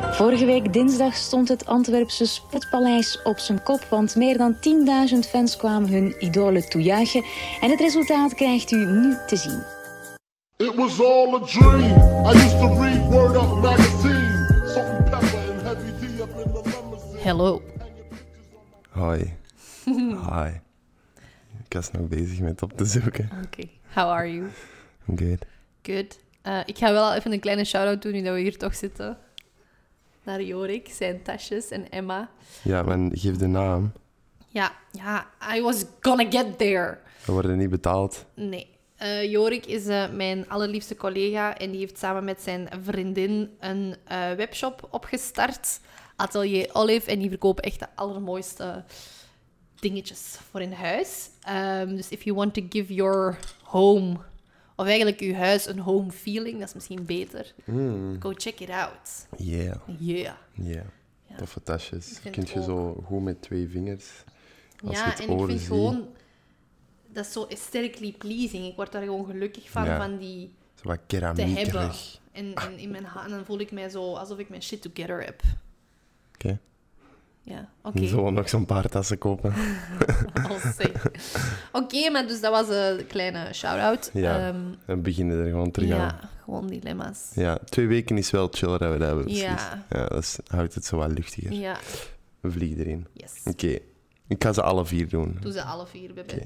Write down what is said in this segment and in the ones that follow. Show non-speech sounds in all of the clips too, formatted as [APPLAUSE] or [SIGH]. Vorige week dinsdag stond het Antwerpse Sportpaleis op zijn kop, want meer dan 10.000 fans kwamen hun idolen toejuichen. En het resultaat krijgt u nu te zien. It was all a dream. I used to read Word Up magazine. Salt and pepper and heavy D up in the limousine. Hello. Hoi. Hi. Ik was nog bezig met op te zoeken. Oké. How are you? Good. Good. Eh, ik ga wel even een kleine shout-out doen nu dat we hier toch zitten. Naar Jorik, zijn tasjes en Emma. Ja, maar geef de naam. Ja, ja, I was gonna get there. We worden niet betaald. Nee. Eh, Jorik is eh, mijn allerliefste collega en die heeft samen met zijn vriendin een eh, webshop opgestart. Atelier Olive. En die verkopen echt de allermooiste dingetjes voor in huis. Ehm, dus if you want to give your home, of eigenlijk uw huis een home feeling, dat is misschien beter. Hmm. Go check it out. Yeah. Yeah. Yeah. Toffe tasjes. vind Kunt het je zo goed met twee vingers. Als je ja, het en ik oor vind ziet. gewoon... Dat is zo aesthetically pleasing. Ik word daar gewoon gelukkig van, Ja. van die... Zo wat te hebben. keramiekerig. En, en in mijn ha- en dan voel ik mij zo alsof ik mijn shit together heb. Oké. Ja, Zo oké. Zullen we nog zo'n paar tassen kopen? [LAUGHS] Al zeg. Oké, maar dus dat was een kleine shout-out. Ja. Ehm, En we beginnen er gewoon terug aan. ja, gewoon dilemma's. Ja, twee weken is wel chiller dat we dat hebben. precies. Ja. ja dat is- houdt het zo wat luchtiger. Ja, We vliegen erin. yes. Oké. Ik ga ze alle vier doen. Doe ze alle vier, bebe. Oké.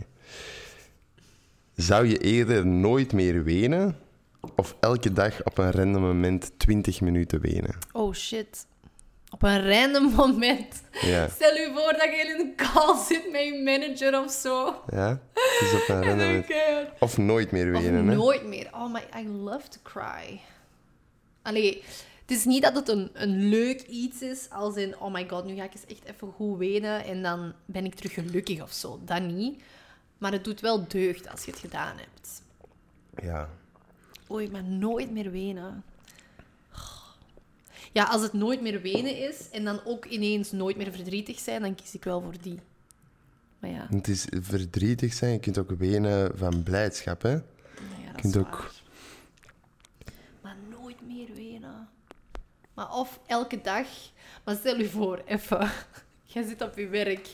Zou je eerder nooit meer wenen of elke dag op een random moment 20 minuten wenen? Oh shit. Op een random [LAUGHS] moment. Ja. Stel u voor dat je in een call zit met je manager of zo. Ja? Dus op [LAUGHS] een En random dan moment. keihard. Of nooit meer Of wenen, hè? nooit meer. Oh my, I love to cry. Allee, het is niet dat het een, een leuk iets is, als in, oh my god, nu ga ik eens echt even goed wenen en dan ben ik terug gelukkig of zo. Dat niet. Maar het doet wel deugd als je het gedaan hebt. Ja. Oei, maar nooit meer wenen. Ja, als het nooit meer wenen is en dan ook ineens nooit meer verdrietig zijn, dan kies ik wel voor die. Maar ja, Het is verdrietig zijn. Je kunt ook wenen van blijdschap, hè? nou ja dat kunt is ook- waar. Maar nooit meer wenen. Maar of elke dag. Maar stel je voor, even. [LAUGHS] Jij zit op je werk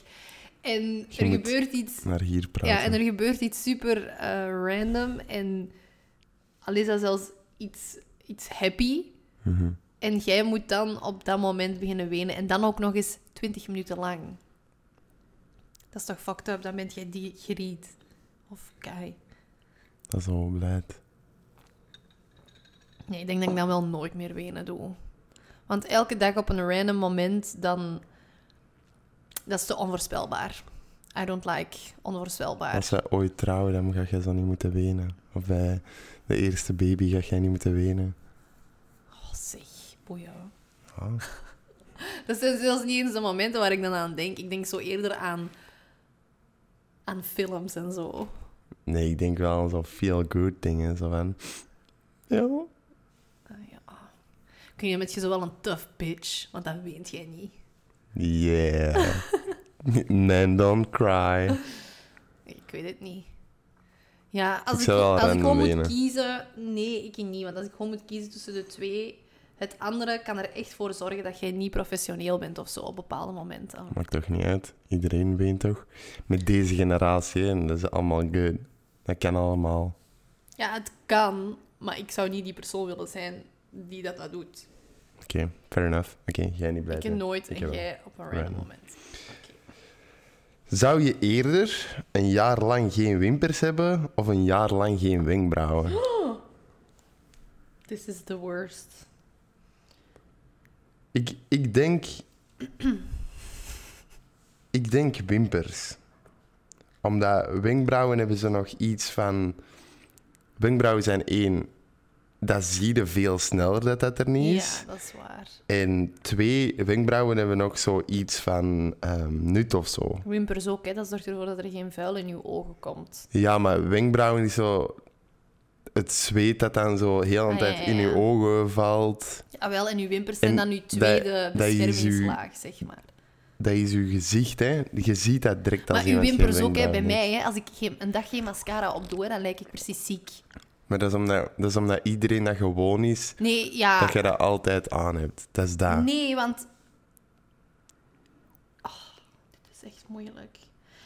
en er moet gebeurt iets. Maar hier praten. Ja, en er gebeurt iets super eh, random. En al is dat zelfs iets, iets happy. Mhm. En jij moet dan op dat moment beginnen wenen. En dan ook nog eens 20 minuten lang. Dat is toch fucked up? Dan bent jij die geriet. Of kei. Dat is al blijd. Nee, ik denk dat ik dan wel nooit meer wenen doe. Want elke dag op een random moment, dan... Dat is te onvoorspelbaar. I don't like onvoorspelbaar. Als wij ooit trouwen, dan ga jij zo niet moeten wenen. Of bij de eerste baby ga jij niet moeten wenen. Oh, zeg, boeien. Ah. [LAUGHS] Dat zijn zelfs niet eens de momenten waar ik dan aan denk. Ik denk zo eerder aan... Aan films en zo. Nee, ik denk wel aan zo'n feel-good dingen. Zo van... Ja, Ah, ja. Kun je met je zo wel een tough bitch, want dat weet jij niet. Yeah. [LAUGHS] Men don't cry. Ik weet het niet. Ja, als Ik ik, zou wel als ik random gewoon moet wenen. kiezen... Nee, ik niet. Want als ik gewoon moet kiezen tussen de twee... Het andere kan er echt voor zorgen dat jij niet professioneel bent of zo op bepaalde momenten. Maakt toch niet uit. Iedereen weet toch. Met deze generatie, en dat is allemaal good. Dat kan allemaal. Ja, het kan, maar ik zou niet die persoon willen zijn die dat, dat doet. Oké, fair enough. Oké, jij niet blij Ik zijn. nooit en wel. jij op een Random. random moment. Oké. Zou je eerder een jaar lang geen wimpers hebben of een jaar lang geen wenkbrauwen? This is the worst. Ik, ik denk... [CLEARS THROAT] Ik denk wimpers. Omdat wenkbrauwen hebben ze nog iets van... Wenkbrauwen zijn één. Dat zie je veel sneller dat dat er niet is. Ja, dat is waar. En twee, wenkbrauwen hebben nog zoiets van ehm, nut of zo. Wimpers ook, hè. dat zorgt ervoor dat er geen vuil in je ogen komt. Ja, maar wenkbrauwen is zo... Het zweet dat dan zo heel de Ah, tijd ja, ja, in je ja. ogen valt. Ja, wel, en uw wimpers zijn En dan uw dat- tweede dat is uw- beschermingslaag, zeg maar. Dat is je gezicht, hè. Je ziet dat direct als Maar uw iemand geen wimpers ook, hè, bij wenkbrauwen heeft. mij. Hè, als ik geen- een dag geen mascara opdoe, hè, dan lijk ik precies ziek. Maar dat is, omdat, dat is omdat iedereen dat gewoon is, Nee, ja. dat je dat altijd aan hebt. Dat is dat. Ah. Nee, want. Oh, dit is echt moeilijk.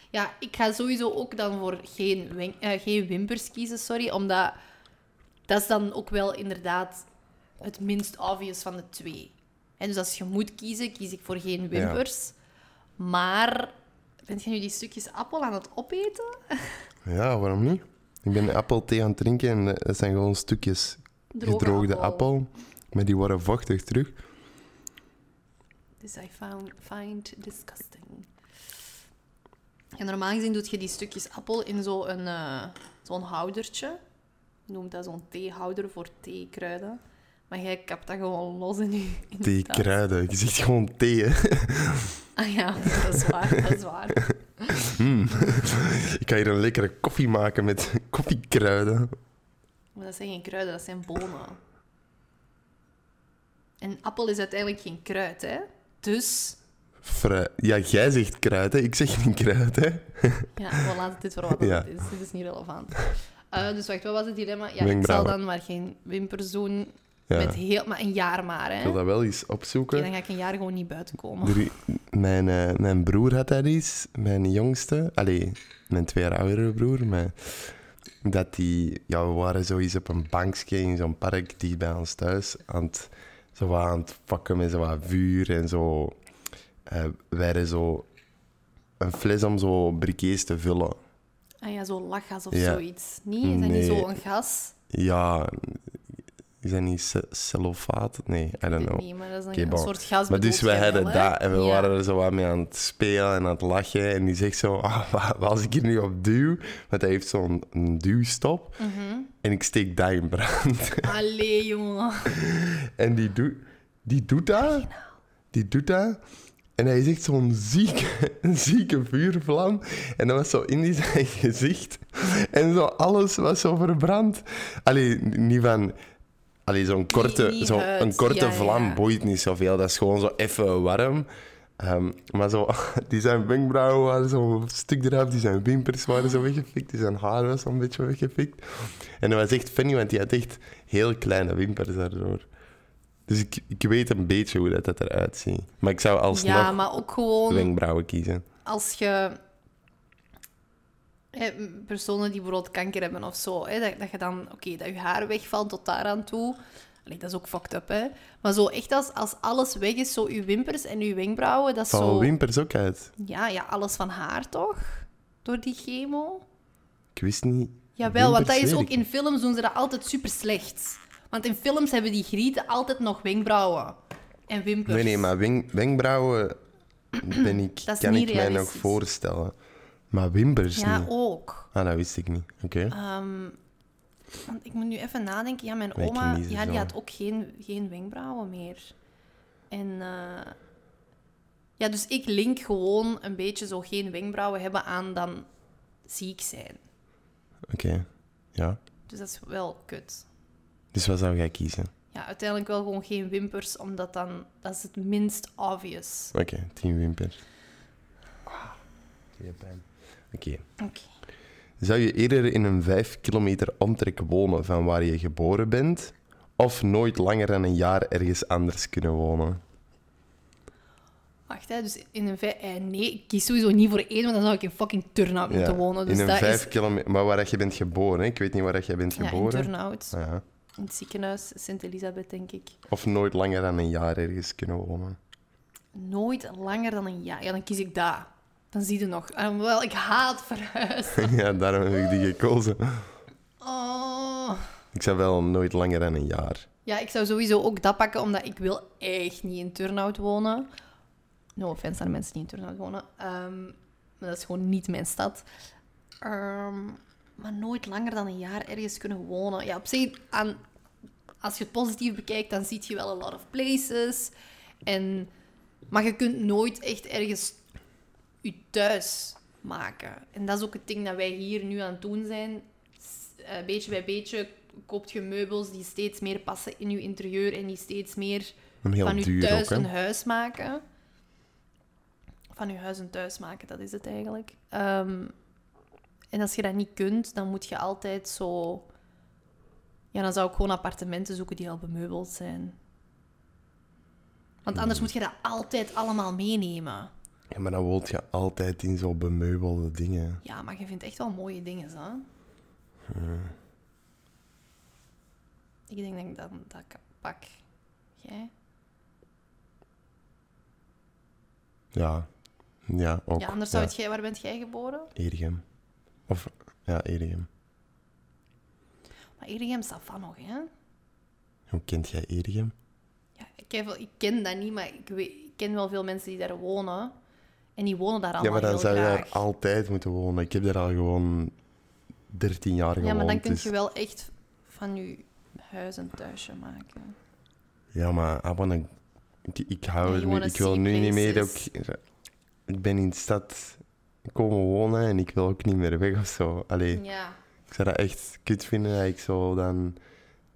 Ja, ik ga sowieso ook dan voor geen, wen- eh, geen wimpers kiezen, sorry. Omdat dat is dan ook wel inderdaad het minst obvious van de twee. En dus als je moet kiezen, kies ik voor geen wimpers. Maar. Bent je nu die stukjes appel aan het opeten? Ja, waarom niet? Ik ben appelthee aan het drinken en eh, dat zijn gewoon stukjes Droge gedroogde appel. appel. Maar die worden vochtig terug. Dus I found, find disgusting. Ja, normaal gezien doe je die stukjes appel in zo'n eh, zo'n houdertje. Je noemt dat zo'n theehouder voor theekruiden. Maar jij kapt dat gewoon los in je... in je [LAUGHS] Thee, tas. kruiden. Je zegt gewoon thee. hè. Ah ja, dat is waar, dat is waar. Ik kan hier een lekkere koffie maken met [LAUGHS] koffiekruiden. Maar dat zijn geen kruiden, dat zijn bonen. En appel is uiteindelijk geen kruid, hè? Dus... Fra- ja, jij zegt kruid, hè. Ik zeg geen kruid, hè. Ja, we laten dit voor wat het Ja. is. Dit is niet relevant. Eh, dus wacht, wat was het dilemma? Ja, ik zal Wenkbrauwen. dan maar geen wimpers doen. Ja. Met heel, maar een jaar maar, Ik hè. wil dat wel eens Oké, opzoeken. dan ga ik een jaar gewoon niet buiten komen. Er- mijn, eh, mijn broer had dat eens, mijn jongste. Allee, mijn twee jaar oudere broer. Maar dat die, ja, we waren zoiets op een bankje in zo'n park die bij ons thuis. Aan het, zo wat aan het pakken met zo wat vuur en zo. Eh wij hadden zo een fles om zo briquets te vullen. Ah ja, zo lachgas of Ja. zoiets. Nee, is dat niet Nee. zo'n gas? Ja, is dat niet ce- cellofaat? Nee, I don't Ik weet know. niet, maar dat is een, Oké, een bon. soort gas Maar dus bedoelt we jij hadden wel, hè? dat en we Ja. waren er zo wat mee aan het spelen en aan het lachen. En die zegt zo, [LAUGHS] ah, wa- wat als ik hier nu op duw? Want hij heeft zo'n een duwstop. Mhm. En ik steek dat in brand. Allee, [LAUGHS] jongen. en die, doet die doet nou. dat. Die doet dat. En hij zegt zo'n zieke, [LAUGHS] een zieke vuurvlam. En dat was zo in die [LAUGHS] zijn gezicht. En zo alles was zo verbrand. Allee, niet van... Allee, zo'n korte, niet zo, huid. een korte Ja, ja, vlam ja. boeit niet zoveel. Dat is gewoon zo even warm. Ehm, maar zo, [LAUGHS] die zijn wenkbrauwen waren zo'n stuk eraf. Die zijn wimpers waren zo weggefikt. Die zijn haar was zo'n beetje weggefikt. En dat was echt funny, want die had echt heel kleine wimpers daardoor. Dus ik, ik weet een beetje hoe dat, dat eruit ziet. Maar ik zou alsnog Ja, maar ook gewoon... wenkbrauwen kiezen. als je hè, personen die bijvoorbeeld kanker hebben of zo, hè, dat, dat je dan, oké, dat je haar wegvalt tot daar aan toe. Allee, dat is ook fucked up, hè. Maar zo echt als, als alles weg is, zo je wimpers en je wenkbrauwen, dat is Vallen zo... wimpers ook uit? Ja, ja, alles van haar toch? Door die chemo? Ik wist niet. Jawel, want dat Wimpers is weet ook ik in films doen ze dat altijd super slecht. Want in films hebben die grieten altijd nog wenkbrauwen en wimpers. Nee, nee, maar [CLEARS THROAT] wenk- wenkbrauwen ben ik, Dat is kan niet ik mij nog realistisch. voorstellen. Maar wimpers Ja, oh. niet. ook. Ah, dat wist ik niet. Oké. Ehm, want ik moet nu even nadenken. Ja, mijn Wij oma kiezen ja, die zo. had ook geen, geen wenkbrauwen meer. En eh, ja, dus ik link gewoon een beetje zo geen wenkbrauwen hebben aan dan ziek zijn. Oké. Ja. Dus dat is wel kut. Dus wat zou jij kiezen? Ja, uiteindelijk wel gewoon geen wimpers, omdat dan dat is het minst obvious. Oké, tien wimpers. Ah, pijn. Oké. Oké. Zou je eerder in een 5 kilometer omtrek wonen van waar je geboren bent? Of nooit langer dan een jaar ergens anders kunnen wonen? Wacht, hè, dus in een vijf... eh, nee, ik kies sowieso niet voor één, want dan zou ik in fucking Turnhout moeten wonen. Dus in een dat 5 is... kilometer... Maar waar dat je bent geboren, hè? Ik weet niet waar dat jij bent Ja, in geboren. Turnhout. Ah, ja. In het ziekenhuis, Sint-Elisabeth, denk ik. Of nooit langer dan een jaar ergens kunnen wonen. [LAUGHS] Nooit langer dan een jaar. Ja, dan kies ik dat. Dan zie je nog. Ah, wel, ik haat verhuizen. ja, daarom heb ik die gekozen. Oh. Ik zou wel nooit langer dan een jaar. Ja, ik zou sowieso ook dat pakken, omdat ik wil echt niet in Turnhout wonen. No offense aan de mensen die in Turnhout wonen. Ehm, maar dat is gewoon niet mijn stad. Ehm, maar nooit langer dan een jaar ergens kunnen wonen. Ja, op zich, aan, als je het positief bekijkt, dan zie je wel a lot of places. En, maar je kunt nooit echt ergens je thuis maken. En dat is ook het ding dat wij hier nu aan het doen zijn. S- eh, beetje bij beetje koopt je meubels die steeds meer passen in je interieur en die steeds meer En heel van je duur thuis ook, hè? een huis maken. Van je huis een thuis maken, dat is het eigenlijk. Ehm, en als je dat niet kunt, dan moet je altijd zo Ja, dan zou ik gewoon appartementen zoeken die al bemeubeld zijn. Want anders Hmm. moet je dat altijd allemaal meenemen. Ja, maar dan woont je altijd in zo'n bemeubelde dingen. Ja, maar je vindt echt wel mooie dingen, hè? Hm. Ik denk dat ik dan dat ik pak. Jij? Ja. Ja, ook. Ja, anders zou het jij... Waar bent jij geboren? Erichem. Of, ja, Erichem. Maar Erichem staat van nog, hè? Hoe kent jij Erichem? Ja, ik, heb wel- ik ken dat niet, maar ik, weet, ik ken wel veel mensen die daar wonen. En die wonen daar allemaal Ja, maar dan heel zou je graag. daar altijd moeten wonen. Ik heb daar al gewoon 13 jaar gewoond. Ja, maar dan kun dus- je wel echt van je huis een thuisje maken. Ja, maar I wanna- ik, ik hou Ja, er you nu, wanna ik wil see nu niet meer ook... places. Ik ben in de stad komen wonen en ik wil ook niet meer weg of zo. Allee, Ja. ik zou dat echt kut vinden dat ik zo dan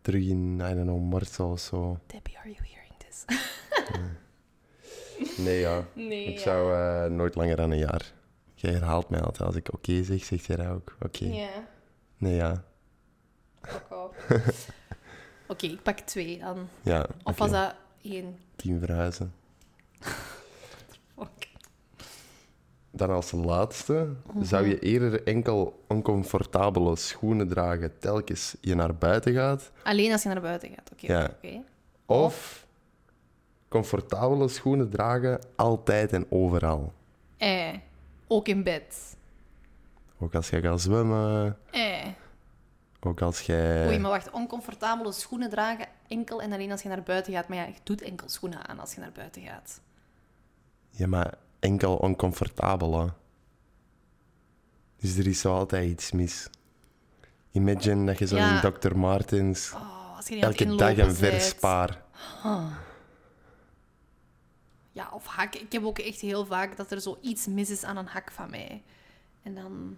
terug in, I don't know, Marcel of zo. Debbie, are you hearing this? Nee, ja. Nee, Ik ja. zou eh, nooit langer dan een jaar. Jij herhaalt mij altijd. Als ik oké zeg, zegt jij dat ook. eh, Oké. Ja, Nee, ja. fuck [LAUGHS] off. Oké, ik pak twee dan. Ja, Of oké. was dat één? Tien verhuizen. Fuck. Dan als laatste Mhm. zou je eerder enkel oncomfortabele schoenen dragen telkens je naar buiten gaat. Alleen als je naar buiten gaat. Oké, Ja. oké, oké. Of comfortabele schoenen dragen altijd en overal. Eh, ook in bed. Ook als jij gaat zwemmen, Eh. ook als jij... Oei, maar wacht. Oncomfortabele schoenen dragen enkel en alleen als je naar buiten gaat. Maar ja, je doet enkel schoenen aan als je naar buiten gaat. Ja, maar enkel oncomfortabele. Dus er is zo altijd iets mis. Imagine dat je zo Ja. in Dr. Martens Oh, als je niet aan het elke dag inlopen een vers bent. paar. Ja, of hak. Ik heb ook echt heel vaak dat er zoiets mis is aan een hak van mij. En dan...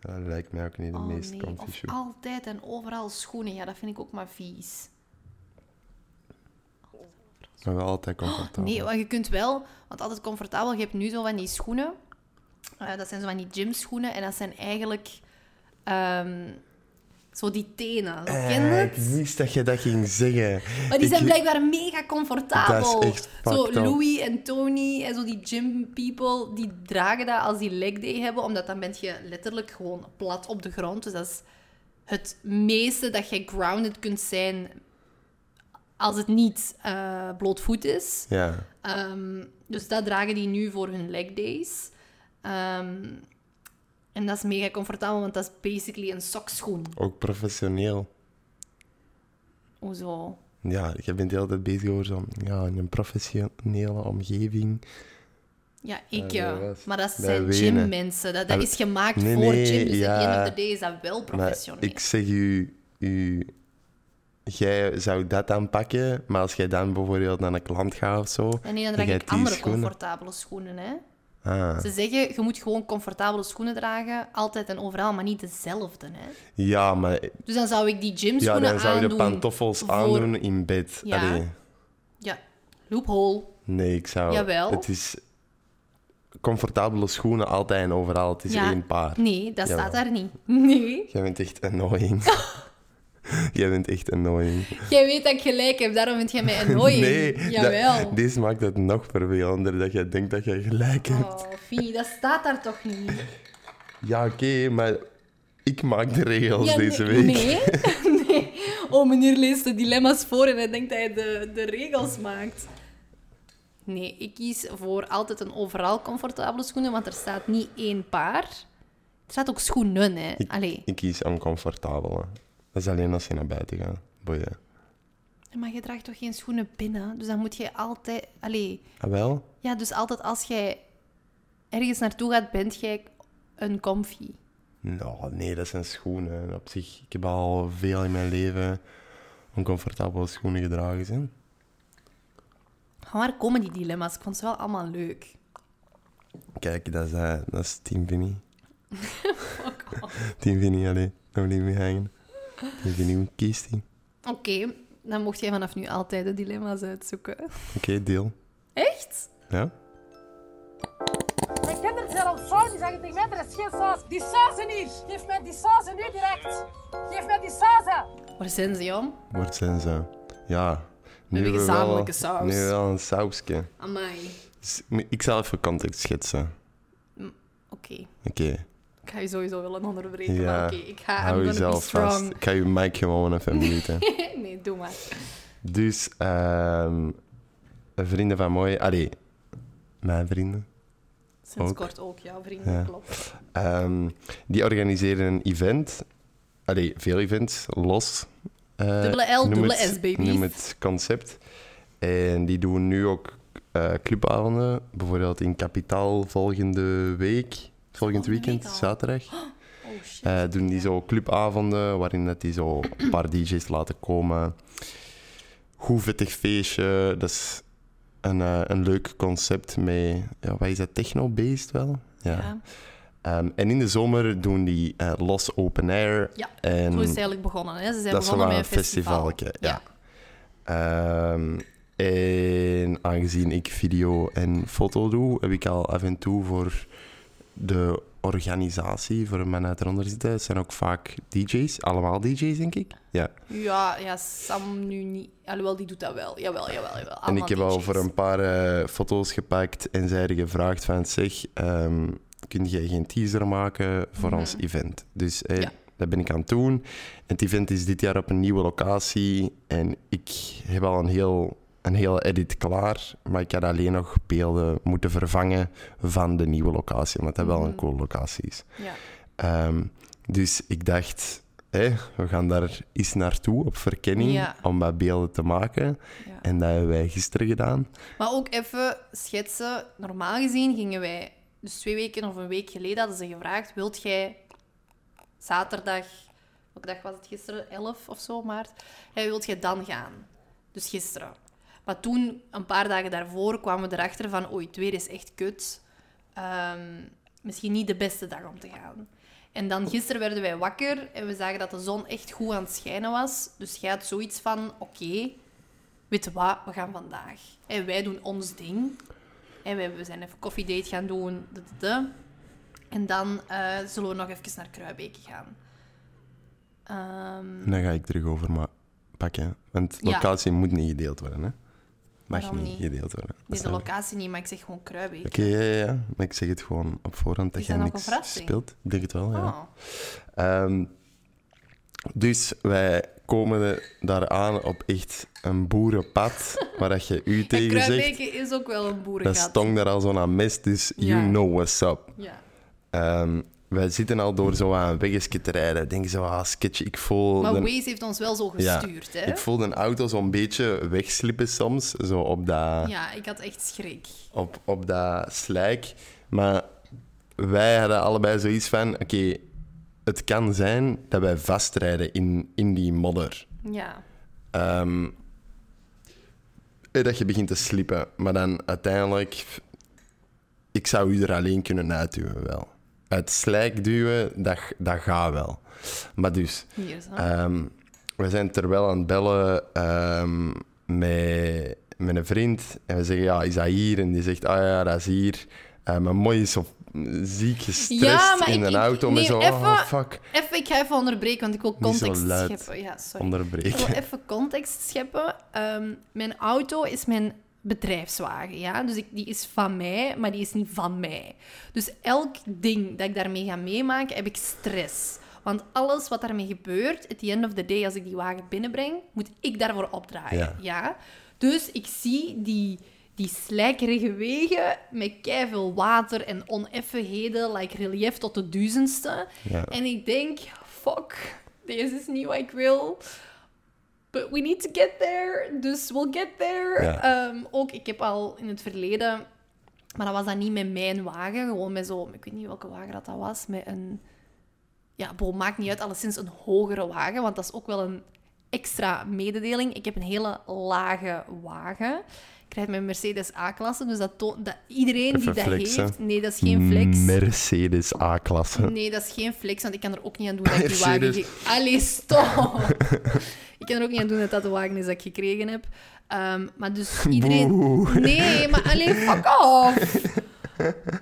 Dat lijkt mij ook niet de Oh meest nee, comfy of shoe. altijd en overal schoenen. Ja, dat vind ik ook maar vies. Maar wel altijd Oh, comfortabel. Nee, want je kunt wel, want altijd comfortabel. Je hebt nu zo van die schoenen. Eh, dat zijn zo van die gymschoenen. En dat zijn eigenlijk ehm, zo die tenen. Eh, Ken je het? ik wist dat je dat ging zeggen. Maar die Ik- zijn blijkbaar mega comfortabel. Dat is echt zo fucked up. Louis en Tony en zo die gym people, die dragen dat als die leg day hebben, omdat dan ben je letterlijk gewoon plat op de grond. Dus dat is het meeste dat je grounded kunt zijn als het niet eh, blootvoet is. Ja, Ehm, dus dat dragen die nu voor hun leg days. Ehm, en dat is mega comfortabel, want dat is basically een sokschoen. ook professioneel. Hoezo? Ja, je bent de hele tijd bezig over zo'n ja, in een professionele omgeving. Ja, ik Ja, ja. dat was- Maar dat dat zijn wenen. gymmensen. Dat, dat Ah, is gemaakt nee, voor nee, gym. Dus ja. at the end of the day is dat wel Maar professioneel. ik zeg u, u, jij zou dat dan pakken, maar als jij dan bijvoorbeeld naar een klant gaat of zo. En nee, dan jij draag ik die andere schoenen- comfortabele schoenen. Hè? Ah, Ze zeggen, je moet gewoon comfortabele schoenen dragen. Altijd en overal, maar niet dezelfde. Hè? ja, maar Dus dan zou ik die ja, gymschoenen dan zou je de aandoen pantoffels voor- aandoen in bed. Ja. Allee, Ja, loophole. nee, ik zou. Jawel. Het is comfortabele schoenen altijd en overal. Het is ja. één paar. Nee, dat Jawel. staat daar niet. [LAUGHS] Nee. Jij bent echt annoying. [LAUGHS] jij bent echt annoying. Jij weet dat ik gelijk heb, daarom vind jij mij annoying. Nee, Eh, Jawel. dat- dit maakt het nog vervelender dat jij denkt dat jij gelijk hebt. Oh, Fie, dat staat daar toch niet? Ja, oké, maar ik maak de regels Ja, deze nee- [LAUGHS] week. Nee, nee. Oh, meneer leest de dilemma's voor en hij denkt dat hij de, de regels maakt. Nee, ik kies voor altijd een overal comfortabele schoenen, want er staat niet één paar. Er staat ook schoenen, hè. Ik, Allee. ik kies oncomfortabel. hè. Dat is alleen als je naar buiten gaat. Boeien. Maar je draagt toch geen schoenen binnen? Dus dan moet je altijd... Allee. Ah, wel? Ja, dus altijd als jij ergens naartoe gaat, bent jij een comfy. Nou, nee, dat zijn schoenen. Op zich, ik heb al veel in mijn leven oncomfortabele schoenen gedragen. Zijn. Waar komen die dilemma's? Ik vond ze wel allemaal leuk. Kijk, dat is, eh, dat is Team [LAUGHS] Vinnie. Oh, Fuck off. [LAUGHS] Team Vinnie, alleen. Daar moet ik mee hangen. Team Vinnie, hoe kiest die? Oké, dan mocht jij vanaf nu altijd de dilemma's uitzoeken. Oké, deel. Echt? Ja? Mijn kinderen zijn al soms zeggen tegen mij, er is geen saus. Die sauzen hier. Geef mij die sauzen nu direct. Geef mij die sauzen. Waar zijn ze, joh? Wordt zijn ze. Ja. Nu Een hebben we gezamenlijke wel- saus. Nu wel een sausje. Amai. Dus ik zal even context schetsen. Oké. Oké. Ik ga je sowieso wel een onderbreken, Ja, maar oké. ik ga... I'm Hou gonna be jezelf strong. [LAUGHS] vast. Ik ga je mic gewoon even muten. nee, doe maar. Dus, ehm, vrienden van mooi, allee, mijn vrienden, Sinds Ook. kort ook jouw vrienden, Ja. klopt. ehm, die organiseren een event. Allee, veel events, los. eh, Dubbele L, noem dubbele het- S, baby. Noem het concept. En die doen nu ook eh, clubavonden, bijvoorbeeld in Capitaal volgende week, volgend Volgende week weekend, al. zaterdag. Oh, shit. Eh, doen die zo clubavonden waarin dat die zo een paar DJ's laten komen. Goed vettig feestje. Dat is een, eh, een leuk concept met, ja, wat is dat, techno-based wel? Ja. ja. Ehm, en in de zomer doen die eh, los open air. Ja, en Zo is het eigenlijk begonnen, hè? Ze zijn dat is wel begonnen een met een festival. festivalke, ja. Ehm, en aangezien ik video en foto doe, heb ik al af en toe voor de organisatie, voor een man uit eronder zitten, het zijn ook vaak DJ's. Allemaal DJ's, denk ik. Ja. Ja, ja, Sam nu niet. Alhoewel, die doet dat wel. Jawel, jawel, jawel. En Allemaal ik heb al DJ's. voor een paar eh, foto's gepakt en zij er gevraagd van zeg, ehm, kun jij geen teaser maken voor ons event? Dus eh, Mhm. Ja. dat ben ik aan het doen. Het event is dit jaar op een nieuwe locatie en ik heb al een heel een hele edit klaar, maar ik had alleen nog beelden moeten vervangen van de nieuwe locatie, omdat dat Mhm. wel een cool locatie is. Ja. Ehm, dus ik dacht, hé, we gaan daar eens naartoe op verkenning Ja. om wat beelden te maken. Ja. En dat hebben wij gisteren gedaan. Maar ook even schetsen. Normaal gezien gingen wij, dus twee weken of een week geleden, hadden ze gevraagd: wilt jij zaterdag, welke dag was het gisteren? 11 of zo maart. Hey, wilt jij dan gaan? Dus gisteren. Maar toen, een paar dagen daarvoor, kwamen we erachter van: oei, het weer is echt kut. Ehm, misschien niet de beste dag om te gaan. En dan gisteren werden wij wakker en we zagen dat de zon echt goed aan het schijnen was. Dus jij had zoiets van: oké, weet je wat, we gaan vandaag. En wij doen ons ding. En wij, we zijn even koffiedate gaan doen. duh, duh, duh. En dan eh, zullen we nog even naar Kruibeke gaan. Ehm, En dan ga ik terug over maar pakken. Want Ja. locatie moet niet gedeeld worden, hè? Mag Waarom niet, niet? gedeeld worden. Dat nee, de snap ik. locatie niet, maar ik zeg gewoon Kruibeke. Oké, ja, ja, ja. Maar ik zeg het gewoon op voorhand dat Is jij dat nog niks een verrassing? speelt. Ik denk het wel, ja. Oh, Ehm, dus wij komen er- daar aan op echt een boerenpad, waar dat je [LAUGHS] u En tegen zegt. Kruibeke is ook wel een Dat boerengat. stong daar al zo aan mist, dus you Ja. know what's up. Ja. Ehm, wij zitten al door zo aan weggesje te rijden. Denk zo, ah, sketch, ik voel... Maar de- Waze heeft ons wel zo Ja. gestuurd, hè? Ik voelde een auto zo'n beetje wegslippen soms, zo op dat, Ja, ik had echt schrik. op, op dat slijk. Maar wij hadden allebei zoiets van, oké, het kan zijn dat wij vastrijden in, in die modder. Ja. Ehm, en eh, dat je begint te sliepen. Maar dan uiteindelijk, ik zou u er alleen kunnen uitduwen wel. Uit slijk duwen, dat, dat gaat wel. Maar dus, Hier zo. Ehm, we zijn terwijl aan het bellen ehm, met, met een vriend. En we zeggen, ja, is dat hier? En die zegt, ah ja, dat is hier. Eh mijn mooi is op, ziek gestrest Ja, maar in ik- een ik- auto. met nee, zo, even- oh, fuck, Even, ik ga even onderbreken, want ik wil Niet zo context luid. scheppen. Ja, sorry. Ik wil onderbreken. even context scheppen. Ehm, mijn auto is mijn bedrijfswagen, ja. Dus ik, die is van mij, maar die is niet van mij. Dus elk ding dat ik daarmee ga meemaken, heb ik stress. Want alles wat daarmee gebeurt, at the end of the day, als ik die wagen binnenbreng, moet ik daarvoor opdraaien, Ja. ja. Dus ik zie die, die slijkerige wegen met keiveel water en oneffenheden, like relief tot de duizendste. Ja. En ik denk, fuck, deze is niet wat ik wil. But we need to get there, dus we'll get there. Ja. Ehm, ook, ik heb al in het verleden, maar dat was dan niet met mijn wagen, gewoon met zo, ik weet niet welke wagen dat, dat was, met een, ja, bon, maakt niet uit, alleszins een hogere wagen, want dat is ook wel een extra mededeling. Ik heb een hele lage wagen. Ik rijd mijn Mercedes A-klasse, dus dat toont dat iedereen Even die dat flexen. Mm, heeft... Nee, dat is geen flex. Mercedes A-klasse. Nee, dat is geen flex, want ik kan er ook niet aan doen dat ik die wagen... Ah, Serieus? ge- Allee, stop! [LAUGHS] ik kan er ook niet aan doen dat dat de wagen is dat ik gekregen heb. Ehm, maar [LAUGHS] dus iedereen... Boe. Nee, maar alleen fuck off!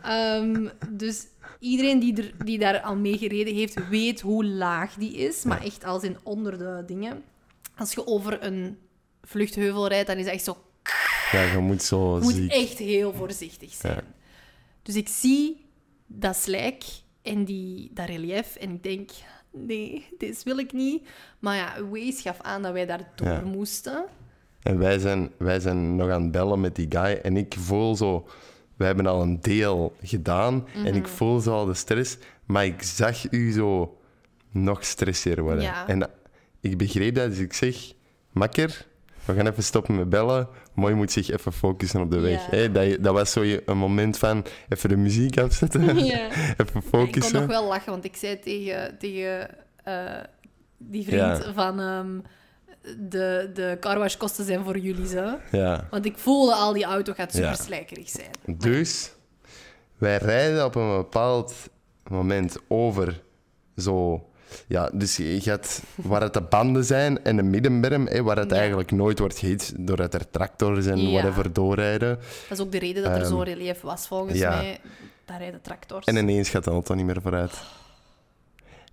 Ehm, dus Iedereen die, er, die daar al mee gereden heeft, weet hoe laag die is. Maar echt als in onder de dingen. Als je over een vluchtheuvel rijdt, dan is dat echt zo... Ja, je moet zo Je moet ziek. echt heel voorzichtig zijn. Ja. Dus ik zie dat slijk en die, dat relief en ik denk... Nee, dit wil ik niet. Maar ja, Waze gaf aan dat wij daar door Ja. moesten. En wij zijn, wij zijn nog aan het bellen met die guy. En ik voel zo... We hebben al een deel gedaan. En Mhm. ik voel zo al de stress. Maar ik zag u zo nog stressier worden. Ja. En ik begreep dat. Dus ik zeg... Makker, we gaan even stoppen met bellen. Mooi moet zich even focussen op de weg. Ja. Hè, dat, dat was zo je- een moment van... Even de muziek [LAUGHS] afzetten. Ja. even Ik kon nog focussen. wel lachen, want ik zei tegen, tegen eh, die vriend Ja. van... ehm, de, de carwashkosten zijn voor jullie, zo. Ja. Want ik voelde al, die auto gaat Ja. super slijkerig zijn. Dus wij rijden op een bepaald moment over zo. Ja, dus je gaat waar het de banden zijn en de middenberm, hè, waar het Ja. eigenlijk nooit wordt gehit, doordat er tractors en Ja. whatever doorrijden. Dat is ook de reden dat er zo'n relief was, volgens Ehm, ja. mij. Daar rijden tractors. En ineens gaat de auto niet meer vooruit.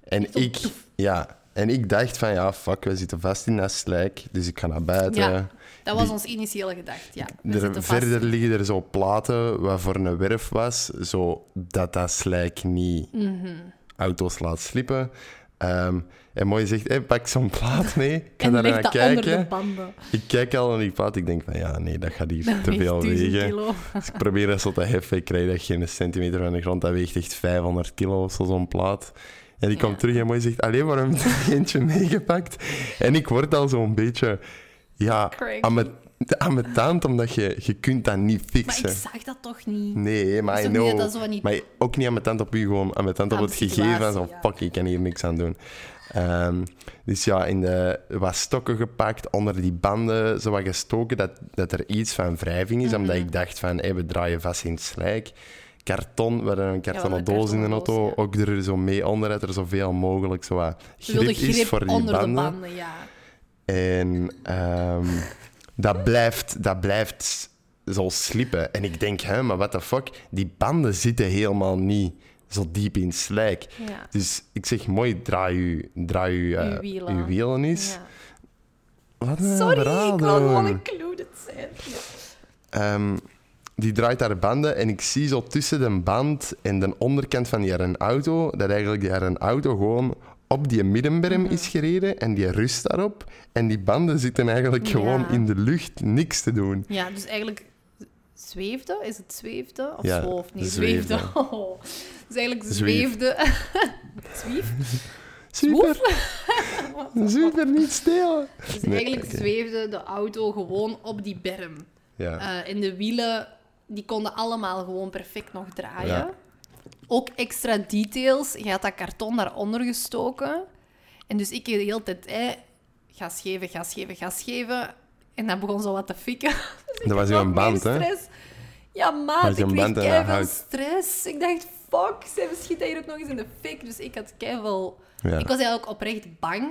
En ik, ja, en ik dacht van ja, fuck, we zitten vast in dat slijk, dus ik ga naar buiten. ja, dat was Die- ons initiële gedacht. Ja, we Er- zitten vast. verder liggen er zo platen wat voor een werf was, zo dat dat slijk niet Mhm. auto's laat slippen. Ehm, en mooi zegt, hey, pak zo'n [LAUGHS] plaat mee. Ik ga En daar ligt naar dat onder de kijken. banden. Ik kijk al naar die plaat. Ik denk van ja, nee, dat [LAUGHS] gaat hier Dat te weegt veel 1000 wegen. kilo. Dus [LAUGHS] ik probeer dat zo te heffen. Ik krijg dat geen centimeter van de grond. Dat weegt echt 500 kilo of zo, zo'n plaat. En die komt terug en mooi zegt, allee, waarom heb je er eentje meegepakt? En ik word al zo'n beetje, ja, Cranky. aan ambetant, omdat je, je kunt dat niet Maar fixen. ik zag dat toch niet. Nee, maar is I ook niet know. dat dat zo van die- Maar ook niet aan mijn tand op u, gewoon aan mijn tand op Aan het de gegeven. van Zo, situatie, ja. fuck, ik kan hier niks aan doen. Ehm, dus ja, in de, wat stokken gepakt, onder die banden, zo wat gestoken, dat, dat er iets van wrijving is. Omdat Mhm. ik dacht van, hey, we draaien vast in het slijk. Karton, we hadden een kartonnen een doos in de kartonnen auto. doos, ja. Ook er zo mee onder, dat er zoveel mogelijk zo wat Ze grip, wilden is voor die onder banden. de banden, ja. En ehm, dat, blijft, dat blijft zo sliepen. En ik denk, hè, maar what the fuck? Die banden zitten helemaal niet zo diep in het slijk. Ja. Dus ik zeg, mooi, draai u, draai u, eh, Uw wielen. uw wielen eens. ja. Wat een Sorry, verhaal ik wil gewoon doen. included zijn. Ja. Ehm, die draait haar banden en ik zie zo tussen de band en de onderkant van die haar auto, dat eigenlijk die haar auto gewoon op die middenberm Mhm. is gereden en die rust daarop. En die banden zitten eigenlijk Ja. gewoon in de lucht, niks te doen. Ja, dus eigenlijk zweefde, is het zweefde? Of Ja, zwoof? Nee, zweefde. zweefde. [LAUGHS] Oh. Dus eigenlijk Zwief. zweefde... [LAUGHS] Zwief? Super, [LAUGHS] [LAUGHS] super, niet stil. Dus Nee, eigenlijk oké. zweefde de auto gewoon op die berm. Ja. Eh, en de wielen, die konden allemaal gewoon perfect nog draaien. Ja. Ook extra details. Je had dat karton daaronder gestoken. En dus ik de hele tijd, eh, gas geven, gas geven, gas geven. En dat begon zo wat te fikken. [LAUGHS] Dus ik Dat was had uw nog band, meer hè? stress. Ja, Dat maat, is ik uw kreeg band en dat keiveel hout. stress. Ik dacht, fuck, ze schiet dat hier ook nog eens in de fik. Dus ik had keiveel... Ja. Ik was eigenlijk oprecht bang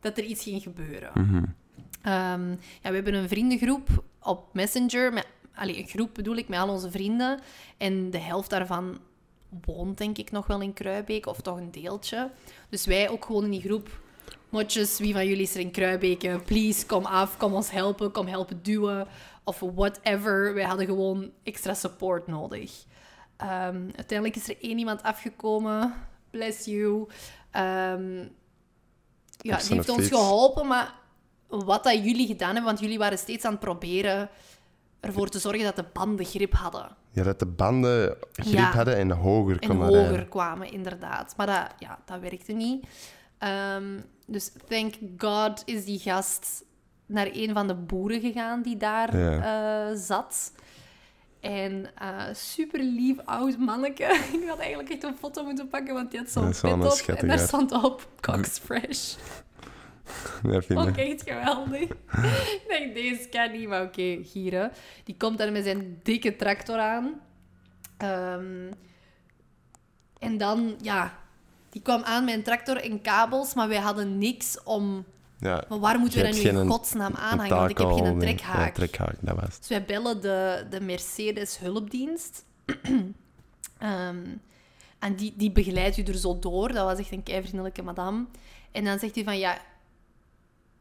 dat er iets ging gebeuren. Ehm, ja, we hebben een vriendengroep op Messenger. Met, allee, een groep bedoel ik met al onze vrienden. En de helft daarvan woont denk ik nog wel in Kruibeek of toch een deeltje. Dus wij ook gewoon in die groep. Motjes, wie van jullie is er in Kruibeke? Please, kom af, kom ons helpen, kom helpen duwen. Of whatever. Wij hadden gewoon extra support nodig. Ehm, uiteindelijk is er één iemand afgekomen. Bless you. Ehm, ja, Op die zijn heeft ons fiets. geholpen, maar wat dat jullie gedaan hebben, want jullie waren steeds aan het proberen ervoor te zorgen dat de banden grip hadden. ja, dat de banden grip Ja. hadden en hoger En konden hoger rijden. kwamen, inderdaad. Maar dat, ja, dat werkte niet. Ehm, dus thank God is die gast naar een van de boeren gegaan die daar eh, zat. En super lief oud manneke. [LAUGHS] Ik had eigenlijk echt een foto moeten pakken, want die had zo'n Dat is wel pet een op. En schattig daar uit. stond op Cox Fresh. Ja, vind ik. Ook echt [LAUGHS] geweldig. ik dacht, deze kan niet, maar oké, Gieren. Die komt daar met zijn dikke tractor aan. Ehm, en dan, ja, die kwam aan met een tractor en kabels, maar wij hadden niks om... Ja. Maar waar moeten Je we dat hebt nu in geen- godsnaam een aanhangen? Want ik heb takel, geen nee. Ja, trekhaak. trekhaak, dat was het. Dus wij bellen de, de Mercedes hulpdienst. [CLEARS THROAT] Ehm, En die, die begeleidt u er zo door. Dat was echt een keivriendelijke madame. En dan zegt hij van, ja...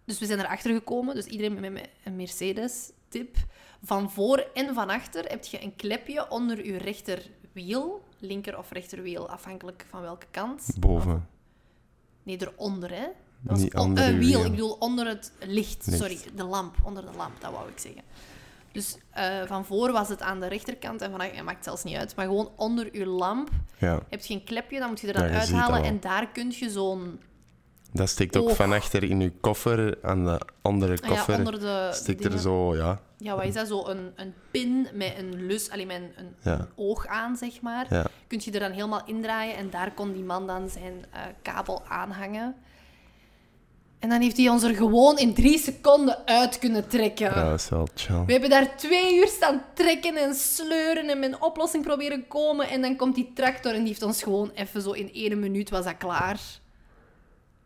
Dus we zijn erachter gekomen. Dus iedereen met me- een Mercedes-tip. Van voor en van achter heb je een klepje onder uw rechterwiel. Linker of rechterwiel, afhankelijk van welke kant. Boven. Nee, eronder, hè? Dat was Niet on- onder eh, uw wiel, wiel. ik bedoel onder het licht. Licht. Sorry, de lamp, onder de lamp, dat wou ik zeggen. Dus eh, van voor was het aan de rechterkant en van achter, het maakt zelfs niet uit, maar gewoon onder uw lamp Ja. heb je een klepje, dan moet je er dan Ja, je ziet dat uithalen wel. en daar kun je zo'n... Dat steekt ook Oh. van achter in uw koffer. Aan de andere ah Ja, koffer onder de steekt er dingen. zo, ja. Ja, wat is dat? Zo een, een pin met een lus, alleen met een, een, Ja. een oog aan, zeg maar. Ja. Kun je er dan helemaal indraaien en daar kon die man dan zijn eh, kabel aanhangen. En dan heeft hij ons er gewoon in drie seconden uit kunnen trekken. Ja, dat is wel chill. We hebben daar twee uur staan trekken en sleuren en met een oplossing proberen komen. En dan komt die tractor en die heeft ons gewoon even zo in één minuut was dat klaar.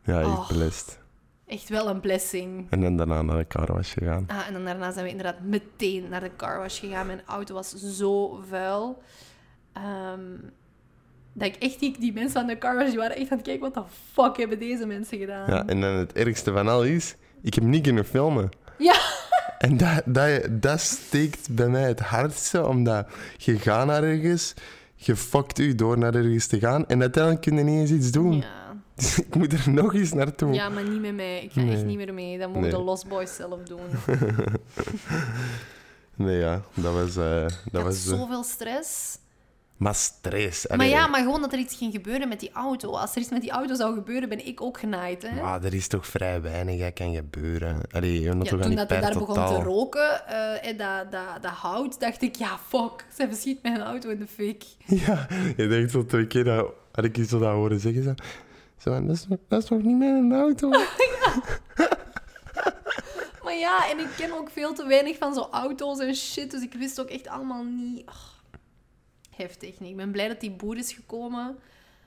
Ja, ik Oh. belest. Echt wel een blessing. En dan daarna naar de car was gegaan. Ah, en dan daarna zijn we inderdaad meteen naar de car wash gegaan. Mijn auto was zo vuil. Ehm, dat ik echt die, die mensen aan de car wash die waren echt aan het kijken. Wat de fuck hebben deze mensen gedaan? Ja, en dan het ergste van al is, ik heb niet kunnen filmen. Ja. [LAUGHS] En dat, dat, dat steekt bij mij het hardste, omdat je gaat naar ergens, je fokt u door naar ergens te gaan en uiteindelijk kun je niet eens iets doen. Ja. [LAUGHS] Dus ik moet er nog eens naartoe. Ja, maar niet met mij. Ik ga echt Nee. niet meer mee. Dat mogen Nee. de Lost Boys zelf [LAUGHS] doen. Nee, ja, dat was... eh, dat Dat was was eh, zoveel stress. maar stress. Maar allee. ja, maar gewoon dat er iets ging gebeuren met die auto. Als er iets met die auto zou gebeuren, ben ik ook genaaid. Hè? Maar er is toch vrij weinig dat kan gebeuren. Allee, je Ja, auto gaat toen niet dat per hij daar begon totaal. te roken eh, en dat, dat, dat hout, dacht ik, ja, fuck, ze verschiet mijn auto in de fik. [LAUGHS] Ja, je denkt zo twee keer dat... Had ik iets zo dat horen zeggen, zo... zo van, dat, is, nog- dat is nog niet meer een [LAUGHS] auto. Ah, Maar ja, en ik ken ook veel te weinig van zo'n auto's en shit, dus ik wist ook echt allemaal niet. Och, heftig, nee. Ik ben blij dat die boer is gekomen.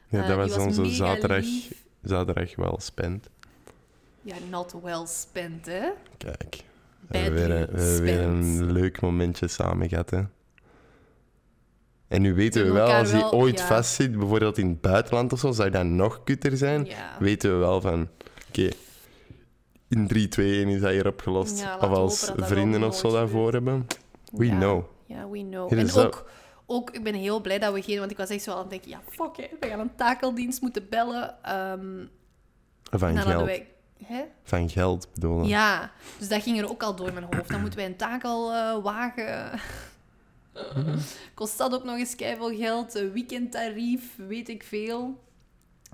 Ja, Eh, dat die was was onze mega zaterdag, lief. zaterdag wel spend. Ja, not well spent, hè? Kijk, we hebben Badly weer, een- we hebben weer spent. een leuk momentje samen gehad. Hè. En nu weten we Kunnen wel, elkaar als die wel- ooit ja. vastzit, bijvoorbeeld in het buitenland of zo, zou dat nog kutter zijn. Ja. Weten we wel van, oké, in 3, 2, 1 is dat hier opgelost. Ja, laten of we als hopen dat dat vrienden wel of zo nooit daarvoor hebben. We ja. know. Ja, we know. Hier en is dat- ook, ook, ik ben heel blij dat we geen... Want ik was echt zo aan het denken, ja, fuck, hè, we gaan een takeldienst moeten bellen. ehm Van dan hadden geld. Nou, Oh. wij... Hè? Van geld bedoel ik. Ja, dus dat ging er ook al door in mijn hoofd. Dan moeten wij een takelwagen. [LAUGHS] Kost dat ook nog eens keiveel geld? eh, Weekendtarief, weet ik veel.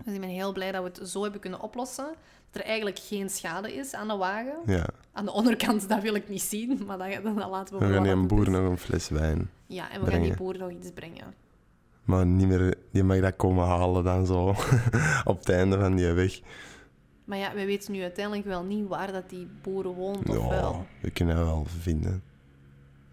Dus ik ben heel blij dat we het zo hebben kunnen oplossen. Dat er eigenlijk geen schade is aan de wagen. Ja. Aan de onderkant, dat wil ik niet zien, maar dat, dat laten we We voor gaan wat die het een boer is. nog een fles wijn. Ja, en we gaan die brengen. boer nog iets brengen. Maar niet meer, die mag dat komen halen dan zo. [LAUGHS] op het einde van die weg. Maar ja, we weten nu uiteindelijk wel niet waar dat die boer woont, of Ja, wel. we kunnen dat wel vinden.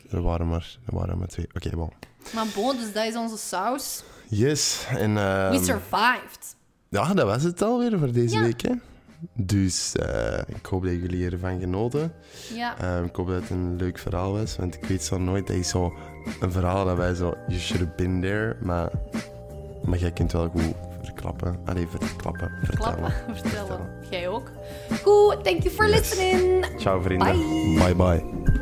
Er waren maar, er waren maar twee. Oké, bon. Maar bon, dus dat is onze saus. Yes, en... ehm, We survived. ja, dat was het alweer voor deze Ja. week, hè. Dus eh, ik hoop dat jullie ervan genoten. Ja. Eh, ik hoop dat het een leuk verhaal was, want ik weet zo nooit dat is zo een verhaal dat wij zo you should have been there, maar maar jij kunt wel goed verklappen. Allee, verklappen, vertellen. klappen, [LAUGHS] vertellen. Jij ook. Goed, thank you for Yes. listening. Ciao vrienden. bye. bye. É né?